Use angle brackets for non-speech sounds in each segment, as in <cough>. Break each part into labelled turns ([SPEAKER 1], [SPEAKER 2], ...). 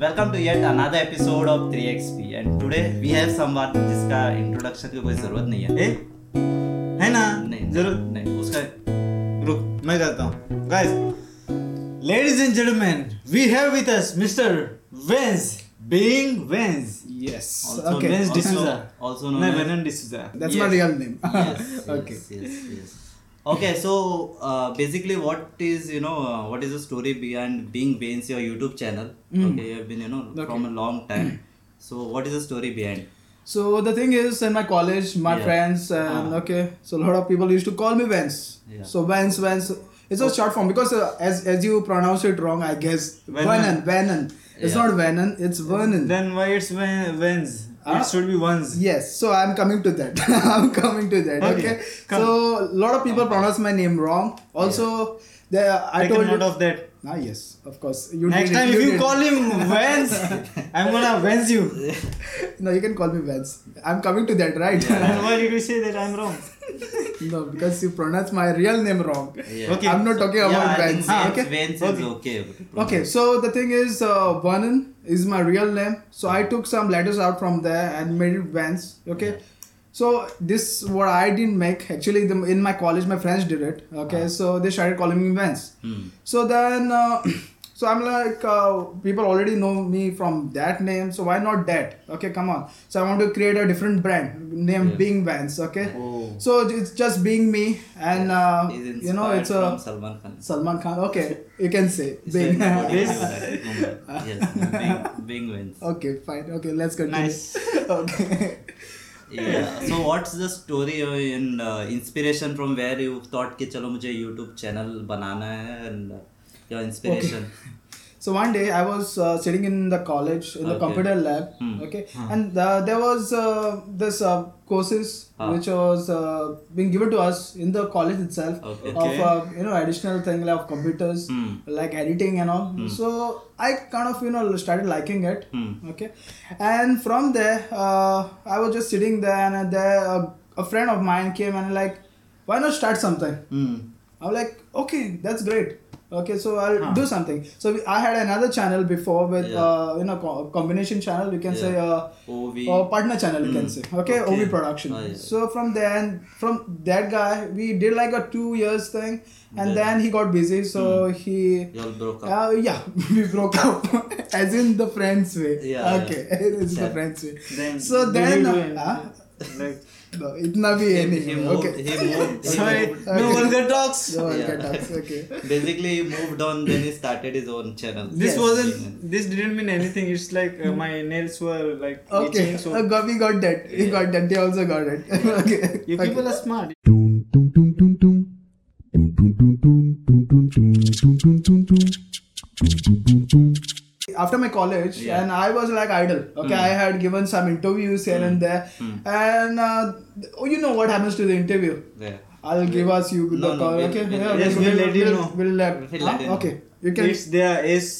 [SPEAKER 1] Welcome to yet another episode of 3xp and today we have someone जिसका introduction की कोई जरूरत नहीं है
[SPEAKER 2] ए है ना
[SPEAKER 3] Eh,
[SPEAKER 1] नहीं
[SPEAKER 2] जरूर
[SPEAKER 1] नहीं उसका
[SPEAKER 2] रुक मैं करता हूँ guys ladies and gentleman we have with us mister Vince being Vince
[SPEAKER 3] Yes.
[SPEAKER 1] Also
[SPEAKER 3] okay.
[SPEAKER 2] Vince
[SPEAKER 1] also-
[SPEAKER 2] D'Souza.
[SPEAKER 1] also known
[SPEAKER 2] नहीं
[SPEAKER 1] as-
[SPEAKER 2] वेनन D'Souza
[SPEAKER 3] That's
[SPEAKER 1] Yes.
[SPEAKER 3] my real name.
[SPEAKER 1] yes,
[SPEAKER 3] okay.
[SPEAKER 1] yes, yes, yes. Okay, so uh, basically, what is you know uh, what is the story behind being Bane's your YouTube channel?
[SPEAKER 3] Hmm.
[SPEAKER 1] Okay, you have been you know from a long time. So what is the story behind?
[SPEAKER 3] <laughs> So the thing is, in my college, my
[SPEAKER 1] Yeah.
[SPEAKER 3] friends, and
[SPEAKER 1] Ah.
[SPEAKER 3] okay, so a lot of people used to call me Vance.
[SPEAKER 1] Yeah. Oh.
[SPEAKER 3] So Vance, Vance. It's a short form because uh, as as you pronounce it wrong, I guess
[SPEAKER 2] Vernon.
[SPEAKER 3] Vernon. Vernon. It's
[SPEAKER 1] Yeah.
[SPEAKER 3] not Vernon. It's Vernon.
[SPEAKER 2] Then why it's Vance
[SPEAKER 3] Ah.
[SPEAKER 2] It should be once
[SPEAKER 3] Yes, so I'm coming to that. <laughs> I'm coming to that.
[SPEAKER 2] Okay,
[SPEAKER 3] Okay.
[SPEAKER 2] come.
[SPEAKER 3] So a lot of people pronounce my name wrong. Also, the I
[SPEAKER 2] I
[SPEAKER 3] told
[SPEAKER 2] told
[SPEAKER 3] you.
[SPEAKER 2] Note of that
[SPEAKER 3] ah yes, of course. You
[SPEAKER 2] next
[SPEAKER 3] did it,
[SPEAKER 2] time if
[SPEAKER 3] did
[SPEAKER 2] you
[SPEAKER 3] it.
[SPEAKER 2] Call him Vance I am gonna Vance you and
[SPEAKER 3] <laughs> No, you can call me Vance. I'm coming to that, right? <laughs>
[SPEAKER 2] Why did you say that I am wrong
[SPEAKER 3] Oh. no, because you pronounce my real name wrong.
[SPEAKER 1] Yeah.
[SPEAKER 2] Okay.
[SPEAKER 3] I'm not talking
[SPEAKER 1] yeah,
[SPEAKER 3] about
[SPEAKER 1] I think
[SPEAKER 3] Vance.
[SPEAKER 1] Vance,
[SPEAKER 3] okay.
[SPEAKER 1] Vance is okay.
[SPEAKER 3] Okay, so the thing is, uh, Vernon is my real name. So I took some letters out from there and made it Vance. Okay. So this what I didn't make actually the, in my college my friends did it okay
[SPEAKER 2] Ah.
[SPEAKER 3] so they started calling me Vance
[SPEAKER 1] Hmm.
[SPEAKER 3] so then uh, <clears throat> so I'm like uh, people already know me from that name so why not that okay come on so I want to create a different brand named
[SPEAKER 1] Yeah.
[SPEAKER 3] Being Vance okay
[SPEAKER 2] Oh.
[SPEAKER 3] so it's just being me and uh,
[SPEAKER 1] He's
[SPEAKER 3] you know
[SPEAKER 1] inspired
[SPEAKER 3] it's a
[SPEAKER 1] from Salman Khan.
[SPEAKER 3] Salman Khan okay you can say
[SPEAKER 1] It's
[SPEAKER 3] Being
[SPEAKER 1] like
[SPEAKER 3] <laughs>
[SPEAKER 1] what you
[SPEAKER 2] This-
[SPEAKER 1] do, like, yes, Bing, Bing wins.
[SPEAKER 3] Okay, fine. Okay, let's continue.
[SPEAKER 2] Nice.
[SPEAKER 3] <laughs> okay.
[SPEAKER 1] Yeah. <laughs> So what's the story or in uh, inspiration from where you thought कि चलो मुझे YouTube channel बनाना है and uh, your inspiration. <laughs>
[SPEAKER 3] So one day I was uh, sitting in the college in the
[SPEAKER 1] Okay.
[SPEAKER 3] computer lab.
[SPEAKER 1] Hmm.
[SPEAKER 3] Okay, and uh, there was uh, this uh, courses
[SPEAKER 1] Ah.
[SPEAKER 3] which was uh, being given to us in the college itself
[SPEAKER 1] Okay.
[SPEAKER 3] of uh, you know additional thing like of computers
[SPEAKER 1] Hmm.
[SPEAKER 3] like editing and all. So I kind of you know started liking it.
[SPEAKER 1] Hmm.
[SPEAKER 3] Okay, and from there uh, I was just sitting there and there uh, a friend of mine came and like, why not start something?
[SPEAKER 1] Mm.
[SPEAKER 3] I'm like, okay, that's great. Okay, so I'll do something. So we, I had another channel before with
[SPEAKER 1] Yeah.
[SPEAKER 3] uh, you know co- combination channel. You can say uh,
[SPEAKER 1] OV.
[SPEAKER 3] or partner channel. You can say okay,
[SPEAKER 1] Hmm. Okay.
[SPEAKER 3] OV production.
[SPEAKER 1] Oh, yeah.
[SPEAKER 3] So from then, from that guy, we did like a two years thing, and
[SPEAKER 1] Yeah.
[SPEAKER 3] then he got busy, so he.
[SPEAKER 1] Hmm. Y'all broke up.
[SPEAKER 3] Uh, yeah, <laughs> we broke up, <laughs> as in the friends way.
[SPEAKER 1] Yeah, yeah.
[SPEAKER 3] okay, <laughs> it's the
[SPEAKER 1] Yeah.
[SPEAKER 3] friends way.
[SPEAKER 2] Then
[SPEAKER 3] So then, uh, huh?
[SPEAKER 2] Like
[SPEAKER 3] No, itna bhi
[SPEAKER 1] he,
[SPEAKER 3] hai
[SPEAKER 1] he
[SPEAKER 3] nahi.
[SPEAKER 1] moved.
[SPEAKER 3] Okay.
[SPEAKER 1] He moved. he
[SPEAKER 2] sorry
[SPEAKER 1] moved-
[SPEAKER 2] no vulgar talks
[SPEAKER 3] No, I'll
[SPEAKER 1] Yeah.
[SPEAKER 3] get up. Okay.
[SPEAKER 1] Basically, he moved on. Then he started his own channel.
[SPEAKER 2] This
[SPEAKER 3] Yes.
[SPEAKER 2] wasn't. This didn't mean anything. It's like uh, my nails were like
[SPEAKER 3] Okay,
[SPEAKER 2] itching. So
[SPEAKER 3] uh, got, we got that. We
[SPEAKER 1] Yeah.
[SPEAKER 3] got that. They also got it. <laughs> okay.
[SPEAKER 2] you
[SPEAKER 3] okay.
[SPEAKER 2] people are smart.
[SPEAKER 4] Dum dum dum dum dum. Dum dum dum dum dum dum dum dum dum dum dum. Dum dum dum dum.
[SPEAKER 3] After my college,
[SPEAKER 1] Yeah.
[SPEAKER 3] and I was like idle. Okay, I had given some interviews here and there, and uh, th- oh, you know what happens to the interview?
[SPEAKER 1] Yeah.
[SPEAKER 3] I'll give us you the
[SPEAKER 1] No, no,
[SPEAKER 3] call.
[SPEAKER 1] we'll-
[SPEAKER 3] okay,
[SPEAKER 1] we'll-
[SPEAKER 3] Yeah,
[SPEAKER 2] yes, we'll let you
[SPEAKER 3] we'll,
[SPEAKER 2] know.
[SPEAKER 3] We'll let.
[SPEAKER 1] We'll
[SPEAKER 3] huh?
[SPEAKER 1] let you know.
[SPEAKER 3] okay, you can.
[SPEAKER 2] It's their S.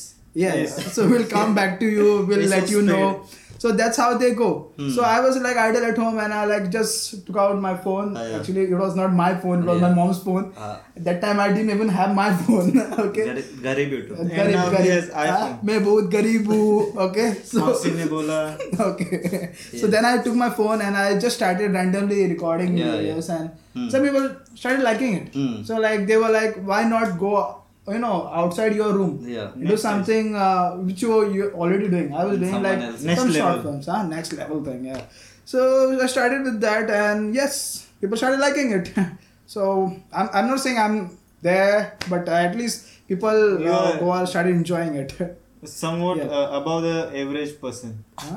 [SPEAKER 3] yeah,
[SPEAKER 2] Yes.
[SPEAKER 3] yeah. <laughs> so we'll come back to you. We'll
[SPEAKER 2] It's
[SPEAKER 3] let
[SPEAKER 2] so
[SPEAKER 3] you
[SPEAKER 2] straight.
[SPEAKER 3] know. So that's how they go. So I was like idle at home, and I like just took out my phone.
[SPEAKER 1] Ah, yeah.
[SPEAKER 3] Actually, it was not my phone. It was
[SPEAKER 1] Yeah.
[SPEAKER 3] my mom's phone.
[SPEAKER 1] Uh,
[SPEAKER 3] That time I didn't even have my <laughs> phone. okay. Ah,
[SPEAKER 1] Gari- Garib YouTube.
[SPEAKER 2] And
[SPEAKER 3] गरीब
[SPEAKER 2] now he has
[SPEAKER 3] गरीब हाँ,
[SPEAKER 2] iPhone.
[SPEAKER 3] मैं बहुत गरीब हूँ okay so
[SPEAKER 2] Moxie ने बोला.
[SPEAKER 3] <laughs> okay so then i took my phone and i just started randomly recording
[SPEAKER 1] Yeah,
[SPEAKER 3] videos and some people started liking it
[SPEAKER 1] Hmm.
[SPEAKER 3] so like they were like why not go you know outside your room
[SPEAKER 1] Yeah. Hmm,
[SPEAKER 3] do something uh, which you were you already doing i was doing
[SPEAKER 1] Someone
[SPEAKER 3] like
[SPEAKER 1] else.
[SPEAKER 3] some
[SPEAKER 2] Next
[SPEAKER 3] short
[SPEAKER 2] level.
[SPEAKER 3] films huh? next level thing yeah so i started with that and yes people started liking it <laughs> so I'm, I'm not saying i'm there but at least people
[SPEAKER 2] You
[SPEAKER 3] uh,
[SPEAKER 2] are-
[SPEAKER 3] go and started enjoying it <laughs>
[SPEAKER 2] Somewhat
[SPEAKER 3] Yeah.
[SPEAKER 2] uh, above the average person.
[SPEAKER 3] Huh?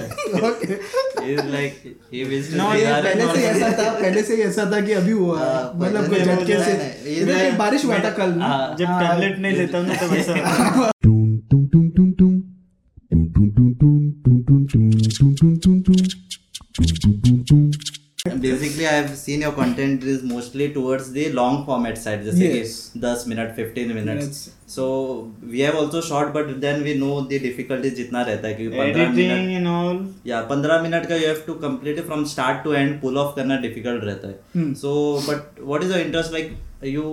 [SPEAKER 3] <laughs> okay
[SPEAKER 1] He's like he wished.
[SPEAKER 2] No,
[SPEAKER 1] he
[SPEAKER 2] yeah,
[SPEAKER 1] had
[SPEAKER 3] पहले
[SPEAKER 1] it
[SPEAKER 3] से ही
[SPEAKER 1] all.
[SPEAKER 3] ऐसा था पहले से ही ऐसा था कि अभी हुआ है
[SPEAKER 1] हाँ,
[SPEAKER 3] मतलब
[SPEAKER 1] पहले
[SPEAKER 3] कुछ
[SPEAKER 2] से
[SPEAKER 3] झटके
[SPEAKER 2] हुआ
[SPEAKER 3] से
[SPEAKER 2] है।
[SPEAKER 3] इधर
[SPEAKER 2] मैं-
[SPEAKER 3] भी बारिश हुआ था कल ना
[SPEAKER 1] हाँ,
[SPEAKER 2] जब
[SPEAKER 3] हाँ,
[SPEAKER 2] tablet नहीं लेता हूँ ना तब ऐसा
[SPEAKER 1] <laughs>
[SPEAKER 2] होता है.
[SPEAKER 4] Dum dum dum dum dum. Dum dum dum dum dum dum dum dum dum dum dum. Dum dum dum dum.
[SPEAKER 1] Basically, I have seen your content is mostly towards the long format side, just
[SPEAKER 3] Yes.
[SPEAKER 1] yes. 10 minute, 15 minutes.
[SPEAKER 3] Minutes.
[SPEAKER 1] So we have also short, but then we know the difficulty जितना रहता है क्योंकि 15 minute
[SPEAKER 2] Editing and all.
[SPEAKER 1] या 15 minute का you have to
[SPEAKER 3] Hmm.
[SPEAKER 1] Complete from start to end pull off करना difficult रहता है so but what is your interest like you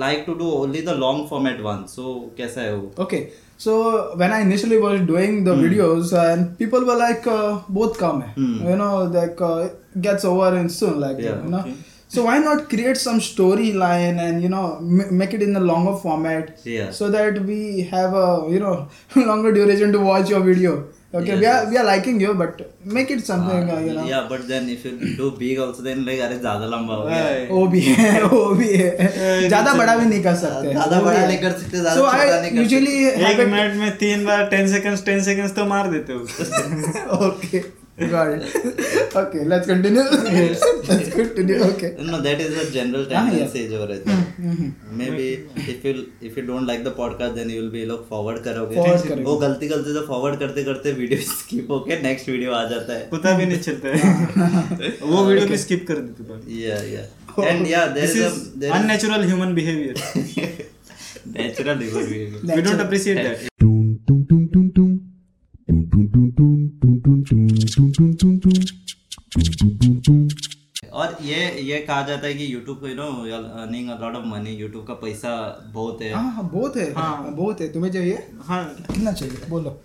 [SPEAKER 1] like to do only the long format one. So कैसा है वो?
[SPEAKER 3] Okay, so when I initially was doing
[SPEAKER 1] Hmm.
[SPEAKER 3] the videos uh, and people were like, uh, both come, you know, like uh, it gets over and soon, like
[SPEAKER 1] Yeah,
[SPEAKER 3] you know.
[SPEAKER 1] okay.
[SPEAKER 3] So why not create some storyline and you know m- make it in a longer format
[SPEAKER 1] Yeah.
[SPEAKER 3] so that we have a you know <laughs> longer duration to watch your video. Okay, we
[SPEAKER 1] Yes.
[SPEAKER 3] are we are liking you, but make it something
[SPEAKER 1] Ah,
[SPEAKER 3] uh, you know.
[SPEAKER 1] Yeah, but then if you do big also then like अरे ज़्यादा लंबा हो गया.
[SPEAKER 2] Right.
[SPEAKER 3] वो भी
[SPEAKER 1] <laughs>
[SPEAKER 3] है वो भी है
[SPEAKER 2] Yeah,
[SPEAKER 3] ज्यादा
[SPEAKER 2] it's a-
[SPEAKER 3] बड़ा भी नहीं कर सकते
[SPEAKER 1] ज्यादा
[SPEAKER 3] वो भी
[SPEAKER 1] बड़ा
[SPEAKER 3] है।
[SPEAKER 1] नहीं कर सकते, ज्यादा
[SPEAKER 3] So
[SPEAKER 1] छोटा
[SPEAKER 3] I
[SPEAKER 1] नहीं कर
[SPEAKER 3] usually have
[SPEAKER 2] एक
[SPEAKER 3] it-
[SPEAKER 2] मिनट में तीन बार टेन सेकंड्स टेन सेकंड्स तो मार देते हो उसको
[SPEAKER 3] <laughs> okay got
[SPEAKER 1] <laughs>
[SPEAKER 3] it okay let's continue let's continue okay
[SPEAKER 1] No, that is a general
[SPEAKER 3] Ah, Hmm, yeah.
[SPEAKER 1] tendency जो रहता है. Maybe if you if you don't like the podcast then you will be लोग forward करोगे.
[SPEAKER 3] Forward करोगे.
[SPEAKER 1] वो गलती गलती से forward करते करते video <laughs> skip होके next video आ जाता है.
[SPEAKER 2] पता भी नहीं
[SPEAKER 1] <laughs>
[SPEAKER 2] चलता है वो वीडियो भी स्किप कर देते थे
[SPEAKER 1] Yeah, yeah.
[SPEAKER 3] Oh,
[SPEAKER 1] And yeah, there
[SPEAKER 2] this
[SPEAKER 1] is a
[SPEAKER 2] is
[SPEAKER 1] there is
[SPEAKER 2] unnatural human behaviour
[SPEAKER 1] <laughs> natural human behavior.
[SPEAKER 2] We don't appreciate that
[SPEAKER 1] और ये ये कहा जाता है कि YouTube you know you are earning a lot of money YouTube का पैसा बहुत है
[SPEAKER 3] हाँ हाँ बहुत है हाँ बहुत है तुम्हें चाहिए
[SPEAKER 2] हाँ
[SPEAKER 3] कितना चाहिए बोलो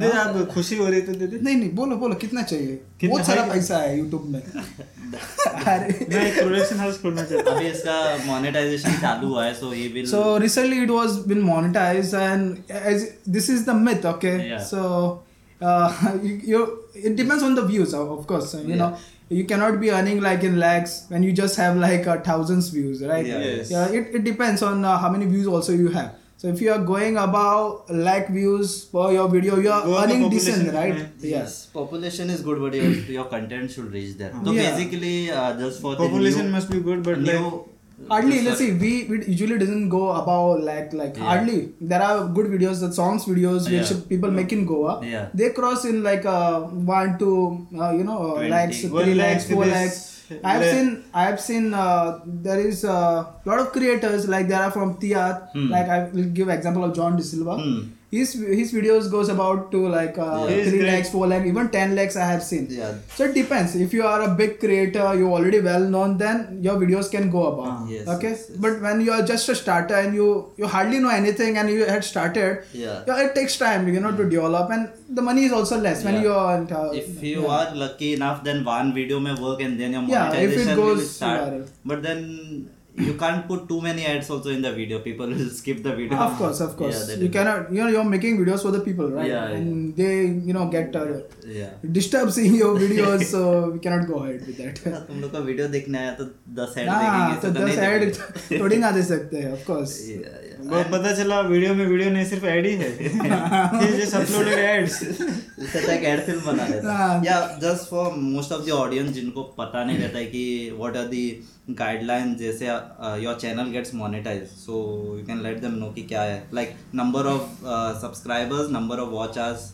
[SPEAKER 2] दे आप खुशी हो रही तो दे दे
[SPEAKER 3] नहीं नहीं बोलो बोलो कितना चाहिए
[SPEAKER 2] कितना
[SPEAKER 3] बहुत सारा
[SPEAKER 2] है?
[SPEAKER 3] पैसा है यूट्यूब में <laughs> अरे
[SPEAKER 2] मैं एक प्रोडक्शन हाउस खोलना चाहता
[SPEAKER 1] अभी इसका मोनेटाइजेशन चालू हुआ है सो ये will
[SPEAKER 3] So recently it was been monetized and as this is the myth, okay?
[SPEAKER 1] Yeah.
[SPEAKER 3] So uh, <laughs> you, you it depends on the views, of of course. You know, you cannot be earning like in lakhs when you just have like uh, thousands views, right?
[SPEAKER 1] Yeah.
[SPEAKER 2] Yes.
[SPEAKER 3] Yeah. It, it depends on uh, how many views also you have. So if you are going above lakh views per your video, you are
[SPEAKER 2] Go up the
[SPEAKER 3] earning
[SPEAKER 2] population,
[SPEAKER 3] decent, right?
[SPEAKER 2] yeah.
[SPEAKER 3] Yes.
[SPEAKER 1] yes population is good but your, your content should reach there so
[SPEAKER 3] Yeah.
[SPEAKER 1] basically uh, just for
[SPEAKER 2] population
[SPEAKER 1] the
[SPEAKER 2] must be good
[SPEAKER 1] new,
[SPEAKER 2] but
[SPEAKER 1] new
[SPEAKER 3] Hardly,
[SPEAKER 1] just
[SPEAKER 3] let's
[SPEAKER 1] for-
[SPEAKER 3] see, we, we usually doesn't go above like like
[SPEAKER 1] Yeah.
[SPEAKER 3] hardly. There are good videos, the songs videos which
[SPEAKER 1] Yeah.
[SPEAKER 3] people make in Goa.
[SPEAKER 1] Yeah.
[SPEAKER 3] They cross in like uh, one to uh, you know uh,
[SPEAKER 1] 20.
[SPEAKER 3] lakhs,
[SPEAKER 2] One
[SPEAKER 3] three lakhs,
[SPEAKER 2] lakh
[SPEAKER 3] four
[SPEAKER 2] is-
[SPEAKER 3] lakhs. I have
[SPEAKER 2] le-
[SPEAKER 3] seen I have seen uh, there is a uh, lot of creators like there are from Tiyat.
[SPEAKER 2] Hmm.
[SPEAKER 3] Like I will give example of John De Silva.
[SPEAKER 1] Hmm.
[SPEAKER 3] His his videos goes about to like uh,
[SPEAKER 2] Yeah. He is
[SPEAKER 3] three
[SPEAKER 2] great.
[SPEAKER 3] lakhs, four lakhs, even ten lakhs. I have seen.
[SPEAKER 1] Yeah.
[SPEAKER 3] So it depends. If you are a big creator, you're already well known, then your videos can go above.
[SPEAKER 1] Ah, Yes,
[SPEAKER 3] okay.
[SPEAKER 1] yes, yes.
[SPEAKER 3] But when you are just a starter and you you hardly know anything and you had started,
[SPEAKER 1] Yeah. Hmm.
[SPEAKER 3] yeah, it takes time, you know, to develop, and the money is also less when
[SPEAKER 1] Yeah.
[SPEAKER 3] you are. Uh,
[SPEAKER 1] if you
[SPEAKER 3] yeah.
[SPEAKER 1] are lucky enough then one video may work and then your
[SPEAKER 3] Yeah, if it
[SPEAKER 1] monetization will
[SPEAKER 3] goes
[SPEAKER 1] start
[SPEAKER 3] viral.
[SPEAKER 1] but then you can't put too many ads also in the video people will <laughs> skip the video
[SPEAKER 3] Of course, of course,
[SPEAKER 1] Ah, yeah, that
[SPEAKER 3] you
[SPEAKER 1] is-
[SPEAKER 3] cannot. You know, you're making videos for the people, right?
[SPEAKER 1] Yeah, yeah.
[SPEAKER 3] And they, you know, get uh,
[SPEAKER 1] yeah
[SPEAKER 3] <laughs> disturbed seeing your videos, so we cannot go ahead
[SPEAKER 1] <laughs>
[SPEAKER 3] with that.
[SPEAKER 1] तुम लोग का video देखने आया तो दस add देखेंगे
[SPEAKER 3] हाँ
[SPEAKER 1] ऐसा
[SPEAKER 3] तो
[SPEAKER 1] नहीं
[SPEAKER 3] दस ऐड
[SPEAKER 1] देखेंगे।
[SPEAKER 3] <laughs> थोड़ी ना दे सकते हैं ऑफ कोर्स
[SPEAKER 1] <laughs> Yeah, yeah.
[SPEAKER 2] वो पता चला वीडियो में वीडियो नहीं सिर्फ ऐड ही
[SPEAKER 3] <laughs>
[SPEAKER 2] है ये जस्ट अपलोडेड एड्स
[SPEAKER 1] उससे तो एक ad film बना लेता
[SPEAKER 3] हाँ।
[SPEAKER 1] या just for most of the audience जिनको पता नहीं रहता है कि व्हाट आर द गाइडलाइन जैसे uh, your channel gets monetize so you can let them know कि क्या है like number of subscribers number of watch hours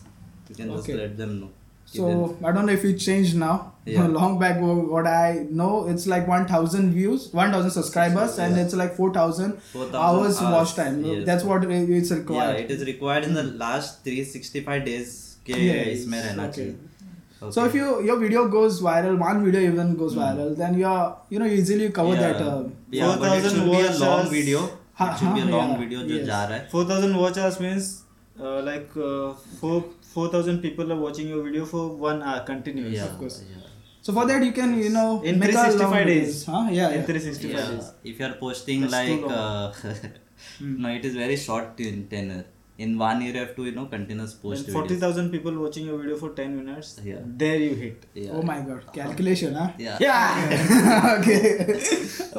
[SPEAKER 1] you can just
[SPEAKER 3] Okay.
[SPEAKER 1] Let them know
[SPEAKER 3] So I don't know if it changed now. <laughs>
[SPEAKER 1] Yeah.
[SPEAKER 3] Long back, wo- what I know, it's like 1,000 views, 1,000 subscribers, and
[SPEAKER 1] Yeah.
[SPEAKER 3] it's like 4,000
[SPEAKER 1] 4,000
[SPEAKER 3] hours
[SPEAKER 1] hours,
[SPEAKER 3] watch time.
[SPEAKER 1] yes.
[SPEAKER 3] That's what i- it's
[SPEAKER 1] या
[SPEAKER 3] required.
[SPEAKER 1] It is required in the last 365 days के
[SPEAKER 3] Yes,
[SPEAKER 1] इसमें रहना
[SPEAKER 3] okay.
[SPEAKER 1] चाहिए
[SPEAKER 3] So if you your video goes viral, one video even goes viral, then you're you know you easily cover
[SPEAKER 1] Hmm. yeah,
[SPEAKER 3] that. Uh,
[SPEAKER 1] yeah, but it
[SPEAKER 2] 4,000
[SPEAKER 1] should be a
[SPEAKER 2] watches.
[SPEAKER 1] long video
[SPEAKER 3] हाँ,
[SPEAKER 1] it should be a
[SPEAKER 3] हाँ,
[SPEAKER 1] long
[SPEAKER 3] yeah,
[SPEAKER 1] video जो
[SPEAKER 3] yes.
[SPEAKER 1] जा रहा है
[SPEAKER 2] 4000 watch hours means uh, like uh, 4 4000 people are watching your video for 1 hour continuous
[SPEAKER 1] yeah,
[SPEAKER 3] course.
[SPEAKER 1] yeah.
[SPEAKER 3] so for that you can you know
[SPEAKER 2] in
[SPEAKER 3] make a long
[SPEAKER 2] 365
[SPEAKER 3] videos.
[SPEAKER 2] days
[SPEAKER 3] Huh? Yeah,
[SPEAKER 2] in
[SPEAKER 3] yeah.
[SPEAKER 2] 365
[SPEAKER 1] Yeah,
[SPEAKER 2] days
[SPEAKER 1] if you are posting
[SPEAKER 2] That's too
[SPEAKER 1] like uh, <laughs> no it is very short in tenure in one year you have to you know continuous post
[SPEAKER 2] and
[SPEAKER 1] videos.
[SPEAKER 2] 40000 people watching your video for 10 minutes
[SPEAKER 1] Yeah.
[SPEAKER 2] there you hit
[SPEAKER 1] yeah.
[SPEAKER 3] Oh my God, calculation, huh?
[SPEAKER 1] yeah <laughs>
[SPEAKER 3] Yeah. okay. <laughs> okay.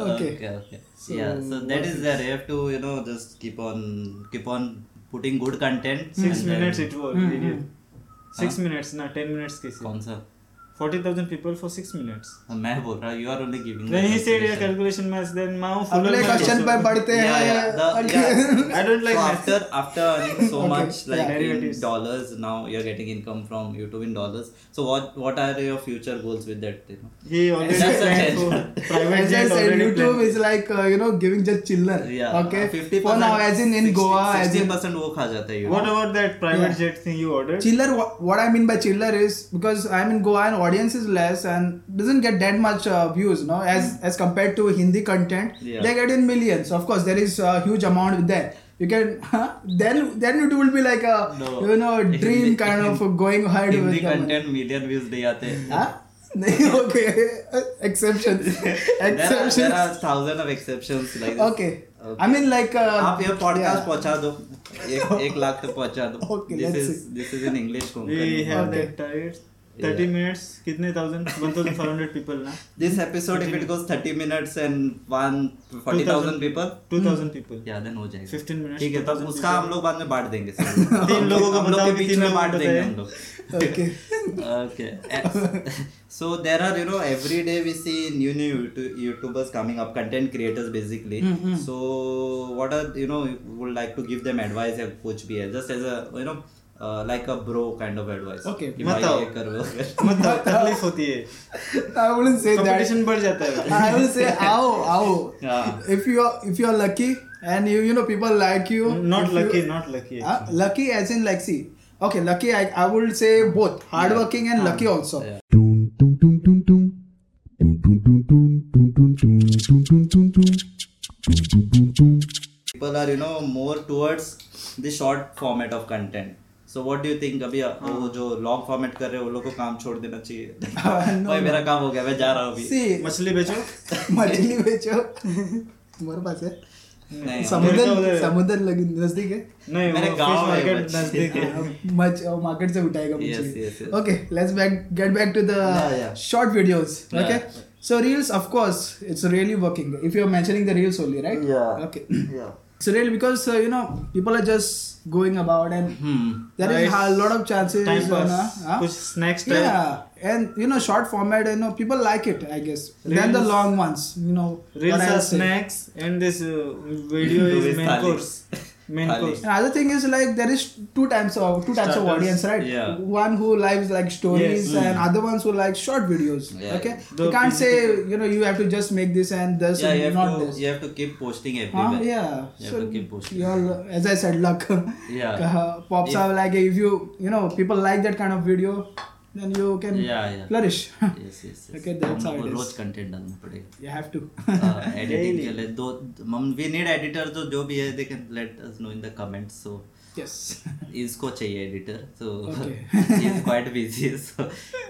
[SPEAKER 1] okay okay yeah so that is there you have to you know just keep on keep on putting good content
[SPEAKER 2] 6
[SPEAKER 1] and then-
[SPEAKER 2] minutes it was
[SPEAKER 3] Hmm,
[SPEAKER 2] video
[SPEAKER 1] hmm.
[SPEAKER 2] 6
[SPEAKER 1] Ah.
[SPEAKER 2] minutes na 10 minutes kaise
[SPEAKER 1] कौन सा
[SPEAKER 2] 40000 people for 6 minutes
[SPEAKER 1] मैं बोल रहा हूँ Uh, you are only giving
[SPEAKER 2] when
[SPEAKER 1] the
[SPEAKER 2] he said your
[SPEAKER 1] calculation.
[SPEAKER 2] calculation maths then mao full
[SPEAKER 3] अगले
[SPEAKER 2] of maths
[SPEAKER 3] question
[SPEAKER 2] also.
[SPEAKER 3] पे पढ़ते हैं
[SPEAKER 1] Yeah, yeah, the-
[SPEAKER 3] Okay.
[SPEAKER 1] yeah.
[SPEAKER 2] I don't like
[SPEAKER 1] so
[SPEAKER 2] maths.
[SPEAKER 1] after after earning so
[SPEAKER 3] Okay,
[SPEAKER 1] much like
[SPEAKER 2] yeah.
[SPEAKER 1] in
[SPEAKER 2] Derivatives.
[SPEAKER 1] dollars now you're getting income from YouTube in dollars. So what what are your future goals with that? You know?
[SPEAKER 2] He already
[SPEAKER 1] That's a
[SPEAKER 2] planned for
[SPEAKER 1] tangent.
[SPEAKER 2] private
[SPEAKER 3] As I
[SPEAKER 2] jet
[SPEAKER 3] said,
[SPEAKER 2] already
[SPEAKER 3] YouTube
[SPEAKER 2] planned.
[SPEAKER 3] is like uh, you know giving just chiller.
[SPEAKER 1] Yeah.
[SPEAKER 3] Okay.
[SPEAKER 1] uh, 50%,
[SPEAKER 3] For now, as in in Goa, as in
[SPEAKER 1] percent वो खा जाता है ये।
[SPEAKER 2] What about that private
[SPEAKER 3] Yeah.
[SPEAKER 2] jet thing you ordered?
[SPEAKER 3] chiller. What, what I mean by chiller is because I'm in Goa and audience is less and doesn't get that much uh, views no as as compared to hindi content
[SPEAKER 1] Yeah.
[SPEAKER 3] they get in millions of course there is a huge amount with that you can <laughs> then then it will be like a
[SPEAKER 1] No.
[SPEAKER 3] you know
[SPEAKER 1] Hindi-
[SPEAKER 3] dream
[SPEAKER 1] <laughs>
[SPEAKER 3] kind of going ahead
[SPEAKER 1] Hindi
[SPEAKER 3] with the money.
[SPEAKER 1] Content million views नहीं आते
[SPEAKER 3] Huh? <laughs> नहीं okay <laughs> exception
[SPEAKER 1] <laughs> there
[SPEAKER 3] exception
[SPEAKER 1] are <laughs> thousand of exceptions like
[SPEAKER 3] okay I mean like
[SPEAKER 1] आप ये podcast पहुंचा दो
[SPEAKER 3] <laughs>
[SPEAKER 1] एक एक लाख तक पहुंचा दो
[SPEAKER 3] Okay,
[SPEAKER 1] this
[SPEAKER 3] let's
[SPEAKER 1] is
[SPEAKER 3] see.
[SPEAKER 1] This is in English
[SPEAKER 2] We
[SPEAKER 1] Konkan
[SPEAKER 2] have
[SPEAKER 3] Okay.
[SPEAKER 2] that tired. 30
[SPEAKER 1] Yeah.
[SPEAKER 2] minutes, कितने
[SPEAKER 3] <laughs>
[SPEAKER 2] thousand? 1,500 people ना?
[SPEAKER 1] This episode if it goes 30 minutes and 1 40000
[SPEAKER 2] 2,000
[SPEAKER 1] people
[SPEAKER 3] Hmm.
[SPEAKER 2] 2,000 people.
[SPEAKER 1] या देन हो जाएगा
[SPEAKER 2] 15 minutes, तो
[SPEAKER 1] ठीक है तब
[SPEAKER 2] 2,000
[SPEAKER 1] उसका हम
[SPEAKER 2] people.
[SPEAKER 1] लोग बाद में बांट देंगे सर।
[SPEAKER 2] <laughs> तीन लोगों को
[SPEAKER 1] हम लोग
[SPEAKER 2] बताओ
[SPEAKER 1] के
[SPEAKER 2] कि
[SPEAKER 1] बीच
[SPEAKER 2] तीन
[SPEAKER 1] में
[SPEAKER 2] लोग
[SPEAKER 1] बांट
[SPEAKER 2] बताएं।
[SPEAKER 1] देंगे हम लोग
[SPEAKER 3] okay
[SPEAKER 1] okay <laughs> so there are you know every day we see new new Youtu- youtubers coming up content creators basically
[SPEAKER 2] Mm-hmm.
[SPEAKER 1] so what are you know you would like to give them advice and coach bl just as a you know uh, like a bro kind of advice
[SPEAKER 3] Okay.
[SPEAKER 1] कि भाई
[SPEAKER 2] बताओ।
[SPEAKER 1] ये कर वो कर
[SPEAKER 2] <laughs> मतलब तकलीफ होती है
[SPEAKER 3] I wouldn't say that.
[SPEAKER 2] Competition बढ़ जाता है
[SPEAKER 3] I will say ow, ow.
[SPEAKER 1] Yeah.
[SPEAKER 3] If you are if you are lucky and you you know people like you.
[SPEAKER 2] Not
[SPEAKER 3] if you-
[SPEAKER 2] lucky not lucky
[SPEAKER 3] Huh? lucky as in like see. Okay, lucky I, I would say both hardworking and lucky also.
[SPEAKER 1] Yeah.
[SPEAKER 4] Dum dum dum dum dum. Dum dum dum dum dum dum dum dum dum dum dum. Dum dum dum dum.
[SPEAKER 1] people are you know more towards the short format of content so what do you think अभी
[SPEAKER 3] हाँ।
[SPEAKER 1] वो जो long format कर रहे हैं वो लोग को काम छोड़ देना
[SPEAKER 3] <laughs>
[SPEAKER 1] चाहिए भाई मेरा काम हो गया मैं जा रहा हूँ अभी
[SPEAKER 3] See,
[SPEAKER 2] मछली बेचो
[SPEAKER 3] मछली बेचो <laughs> तुम्हारे पास है
[SPEAKER 1] नहीं,
[SPEAKER 2] मेरे को
[SPEAKER 3] समुद्र
[SPEAKER 2] उधर-
[SPEAKER 3] समुद्र लगी नजदीक है
[SPEAKER 2] नहीं
[SPEAKER 1] मेरे
[SPEAKER 2] वो
[SPEAKER 1] गाँव
[SPEAKER 2] फिश
[SPEAKER 1] में
[SPEAKER 2] मार्केट
[SPEAKER 1] बच्चे-
[SPEAKER 3] <laughs>
[SPEAKER 2] नजदीक है
[SPEAKER 3] हाँ। मच मार्केट uh, से उठाएगा
[SPEAKER 1] Yes, yes, yes.
[SPEAKER 3] okay let's back get back to the
[SPEAKER 1] Yeah, yeah.
[SPEAKER 3] short videos
[SPEAKER 1] Yeah.
[SPEAKER 3] okay so reels of course it's really working if you're mentioning the reels only right
[SPEAKER 1] Yeah.
[SPEAKER 3] okay <clears throat>
[SPEAKER 1] yeah
[SPEAKER 3] so really because uh, you know people are just going about and
[SPEAKER 1] hmm
[SPEAKER 3] there is
[SPEAKER 2] Nice.
[SPEAKER 3] a lot of chances
[SPEAKER 2] time
[SPEAKER 3] on,
[SPEAKER 2] pass
[SPEAKER 3] uh, huh?
[SPEAKER 2] कुछ snacks type
[SPEAKER 3] yeah and you know short format you know people like it i guess than the
[SPEAKER 2] Reels-
[SPEAKER 3] long ones you know what
[SPEAKER 2] reels
[SPEAKER 3] I'll
[SPEAKER 2] are
[SPEAKER 3] say.
[SPEAKER 2] Snacks and this video
[SPEAKER 1] Do
[SPEAKER 2] is
[SPEAKER 1] with
[SPEAKER 2] main
[SPEAKER 1] thali.
[SPEAKER 2] Course main
[SPEAKER 1] thali.
[SPEAKER 2] Course
[SPEAKER 3] Another thing is like there is two types of two types of
[SPEAKER 2] Starters.
[SPEAKER 3] audience, right?
[SPEAKER 1] Yeah.
[SPEAKER 3] One who likes like stories
[SPEAKER 2] Yes.
[SPEAKER 3] and other ones who like short videos.
[SPEAKER 1] Yeah.
[SPEAKER 3] Okay.
[SPEAKER 2] The
[SPEAKER 3] you can't say
[SPEAKER 2] people-
[SPEAKER 3] you know you have to just make this and this
[SPEAKER 1] yeah, you
[SPEAKER 3] and
[SPEAKER 1] have
[SPEAKER 3] not
[SPEAKER 1] to
[SPEAKER 3] this.
[SPEAKER 1] you have to keep posting everywhere.
[SPEAKER 3] Huh? yeah.
[SPEAKER 1] You have to keep posting.
[SPEAKER 3] You're, as I said, luck. <laughs>
[SPEAKER 1] Yeah.
[SPEAKER 3] Uh, pops
[SPEAKER 1] If-
[SPEAKER 3] are like if you you know people like that kind of video, then you can
[SPEAKER 1] Yeah, yeah.
[SPEAKER 3] flourish.
[SPEAKER 1] <laughs>
[SPEAKER 3] <laughs>
[SPEAKER 1] Yes, yes, yes.
[SPEAKER 3] Okay, that's
[SPEAKER 1] हम
[SPEAKER 3] how
[SPEAKER 1] लोग
[SPEAKER 3] it
[SPEAKER 1] को
[SPEAKER 3] is.
[SPEAKER 1] Rose content डालना पड़ेगा
[SPEAKER 3] <laughs> you have to.
[SPEAKER 1] Uh. Editing के लिए दो हम we need editor तो जो भी है they can let us know in the comments so
[SPEAKER 3] <laughs> yes.
[SPEAKER 1] इसको चाहिए editor so <laughs>
[SPEAKER 3] Okay.
[SPEAKER 1] Is quite <laughs> busy so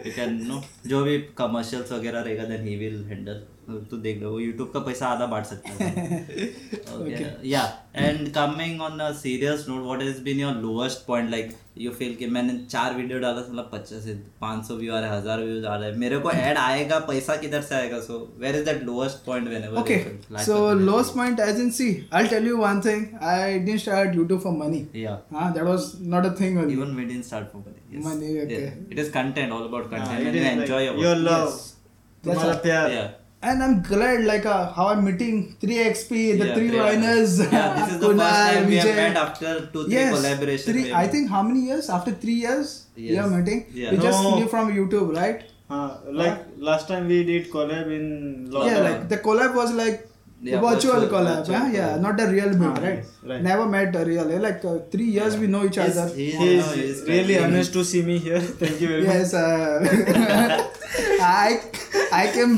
[SPEAKER 1] you can know जो भी कमर्शियल्स वगैरह रहेगा देन ही विल हैंडल तो देख लो वो यूट्यूब का पैसा आधा बांट सकता
[SPEAKER 3] <laughs>
[SPEAKER 1] है ओके या and coming on a serious note what has been your lowest point like you feel कि मैंने चार वीडियो डाला मतलब पचास से पाँच सौ व्यू आ रहे हज़ार व्यू आ रहे मेरे को ऐड आएगा पैसा किधर से आएगा so where is that lowest point whenever
[SPEAKER 3] Okay. So lowest point as in see, I'll tell you one thing. I didn't start YouTube for money.
[SPEAKER 1] या
[SPEAKER 3] Ah, that was not a thing only.
[SPEAKER 1] Even we didn't start from money. Yes.
[SPEAKER 3] Money, okay. Ah,
[SPEAKER 1] Yeah. It is content, all about
[SPEAKER 2] Ah,
[SPEAKER 1] content, and you enjoy your
[SPEAKER 2] your
[SPEAKER 1] work.
[SPEAKER 2] Love
[SPEAKER 3] Yes.
[SPEAKER 2] तुम्हारा
[SPEAKER 3] That's
[SPEAKER 2] प्यार
[SPEAKER 1] Yeah.
[SPEAKER 3] And I'm glad, like, uh, how I'm meeting 3XP, the
[SPEAKER 1] yeah,
[SPEAKER 3] three
[SPEAKER 1] yeah.
[SPEAKER 3] liners.
[SPEAKER 1] Yeah, this is
[SPEAKER 3] <laughs>
[SPEAKER 1] the first time we have met after two, three
[SPEAKER 3] yes,
[SPEAKER 1] collaborations.
[SPEAKER 3] Three,
[SPEAKER 1] we have
[SPEAKER 3] I
[SPEAKER 1] met.
[SPEAKER 3] think how many years? After three years, we
[SPEAKER 1] Yes.
[SPEAKER 3] are meeting.
[SPEAKER 1] Yeah.
[SPEAKER 3] We just
[SPEAKER 2] No.
[SPEAKER 3] knew from YouTube, right?
[SPEAKER 2] हाँ like last time we did collab in
[SPEAKER 3] yeah,
[SPEAKER 2] lockdown
[SPEAKER 3] like the collab was like
[SPEAKER 1] Yeah,
[SPEAKER 3] virtual,
[SPEAKER 1] virtual-
[SPEAKER 3] collab,
[SPEAKER 1] virtual
[SPEAKER 3] huh? yeah,
[SPEAKER 1] collab.
[SPEAKER 3] not the
[SPEAKER 2] Ah,
[SPEAKER 3] real bit, right?
[SPEAKER 2] yes, right.
[SPEAKER 3] Never met a real, eh, like uh, three years we know each other.
[SPEAKER 1] He is,
[SPEAKER 2] He
[SPEAKER 1] no, he is
[SPEAKER 2] is really
[SPEAKER 1] kindly-
[SPEAKER 2] honest to see me here. Thank you very much.
[SPEAKER 3] Yes, uh, <laughs> I I came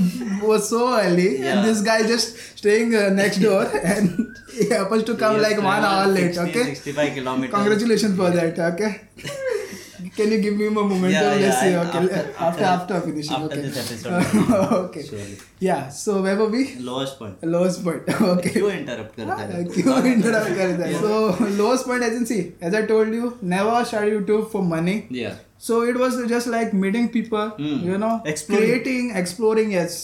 [SPEAKER 3] was so early,
[SPEAKER 1] Yeah.
[SPEAKER 3] and this guy just staying uh, next
[SPEAKER 1] <laughs>
[SPEAKER 3] door, and he happens to come
[SPEAKER 1] He has
[SPEAKER 3] like one hour
[SPEAKER 1] traveled
[SPEAKER 3] late.
[SPEAKER 1] 60,
[SPEAKER 3] Okay,
[SPEAKER 1] 65 kilometers.
[SPEAKER 3] congratulations for that.
[SPEAKER 1] <laughs>
[SPEAKER 3] Okay, can you give me more momentum?
[SPEAKER 1] Yeah, yeah,
[SPEAKER 3] Let's see.
[SPEAKER 1] I-
[SPEAKER 3] Okay,
[SPEAKER 1] after-
[SPEAKER 3] after after,
[SPEAKER 1] after-
[SPEAKER 3] finishing.
[SPEAKER 1] after
[SPEAKER 3] okay,
[SPEAKER 1] this episode.
[SPEAKER 3] <laughs> okay,
[SPEAKER 1] Surely.
[SPEAKER 3] yeah. So where were we?
[SPEAKER 1] Lowest point.
[SPEAKER 3] Lowest point. <laughs> Okay.
[SPEAKER 1] क्यों interrupt करता है?
[SPEAKER 3] क्यों interrupt कर रहा है? So lowest point agency, as I told you, never start YouTube for money.
[SPEAKER 1] Yeah.
[SPEAKER 3] So it was just like meeting people,
[SPEAKER 1] Mm.
[SPEAKER 3] you know,
[SPEAKER 2] Exploring.
[SPEAKER 3] creating, exploring. Yes,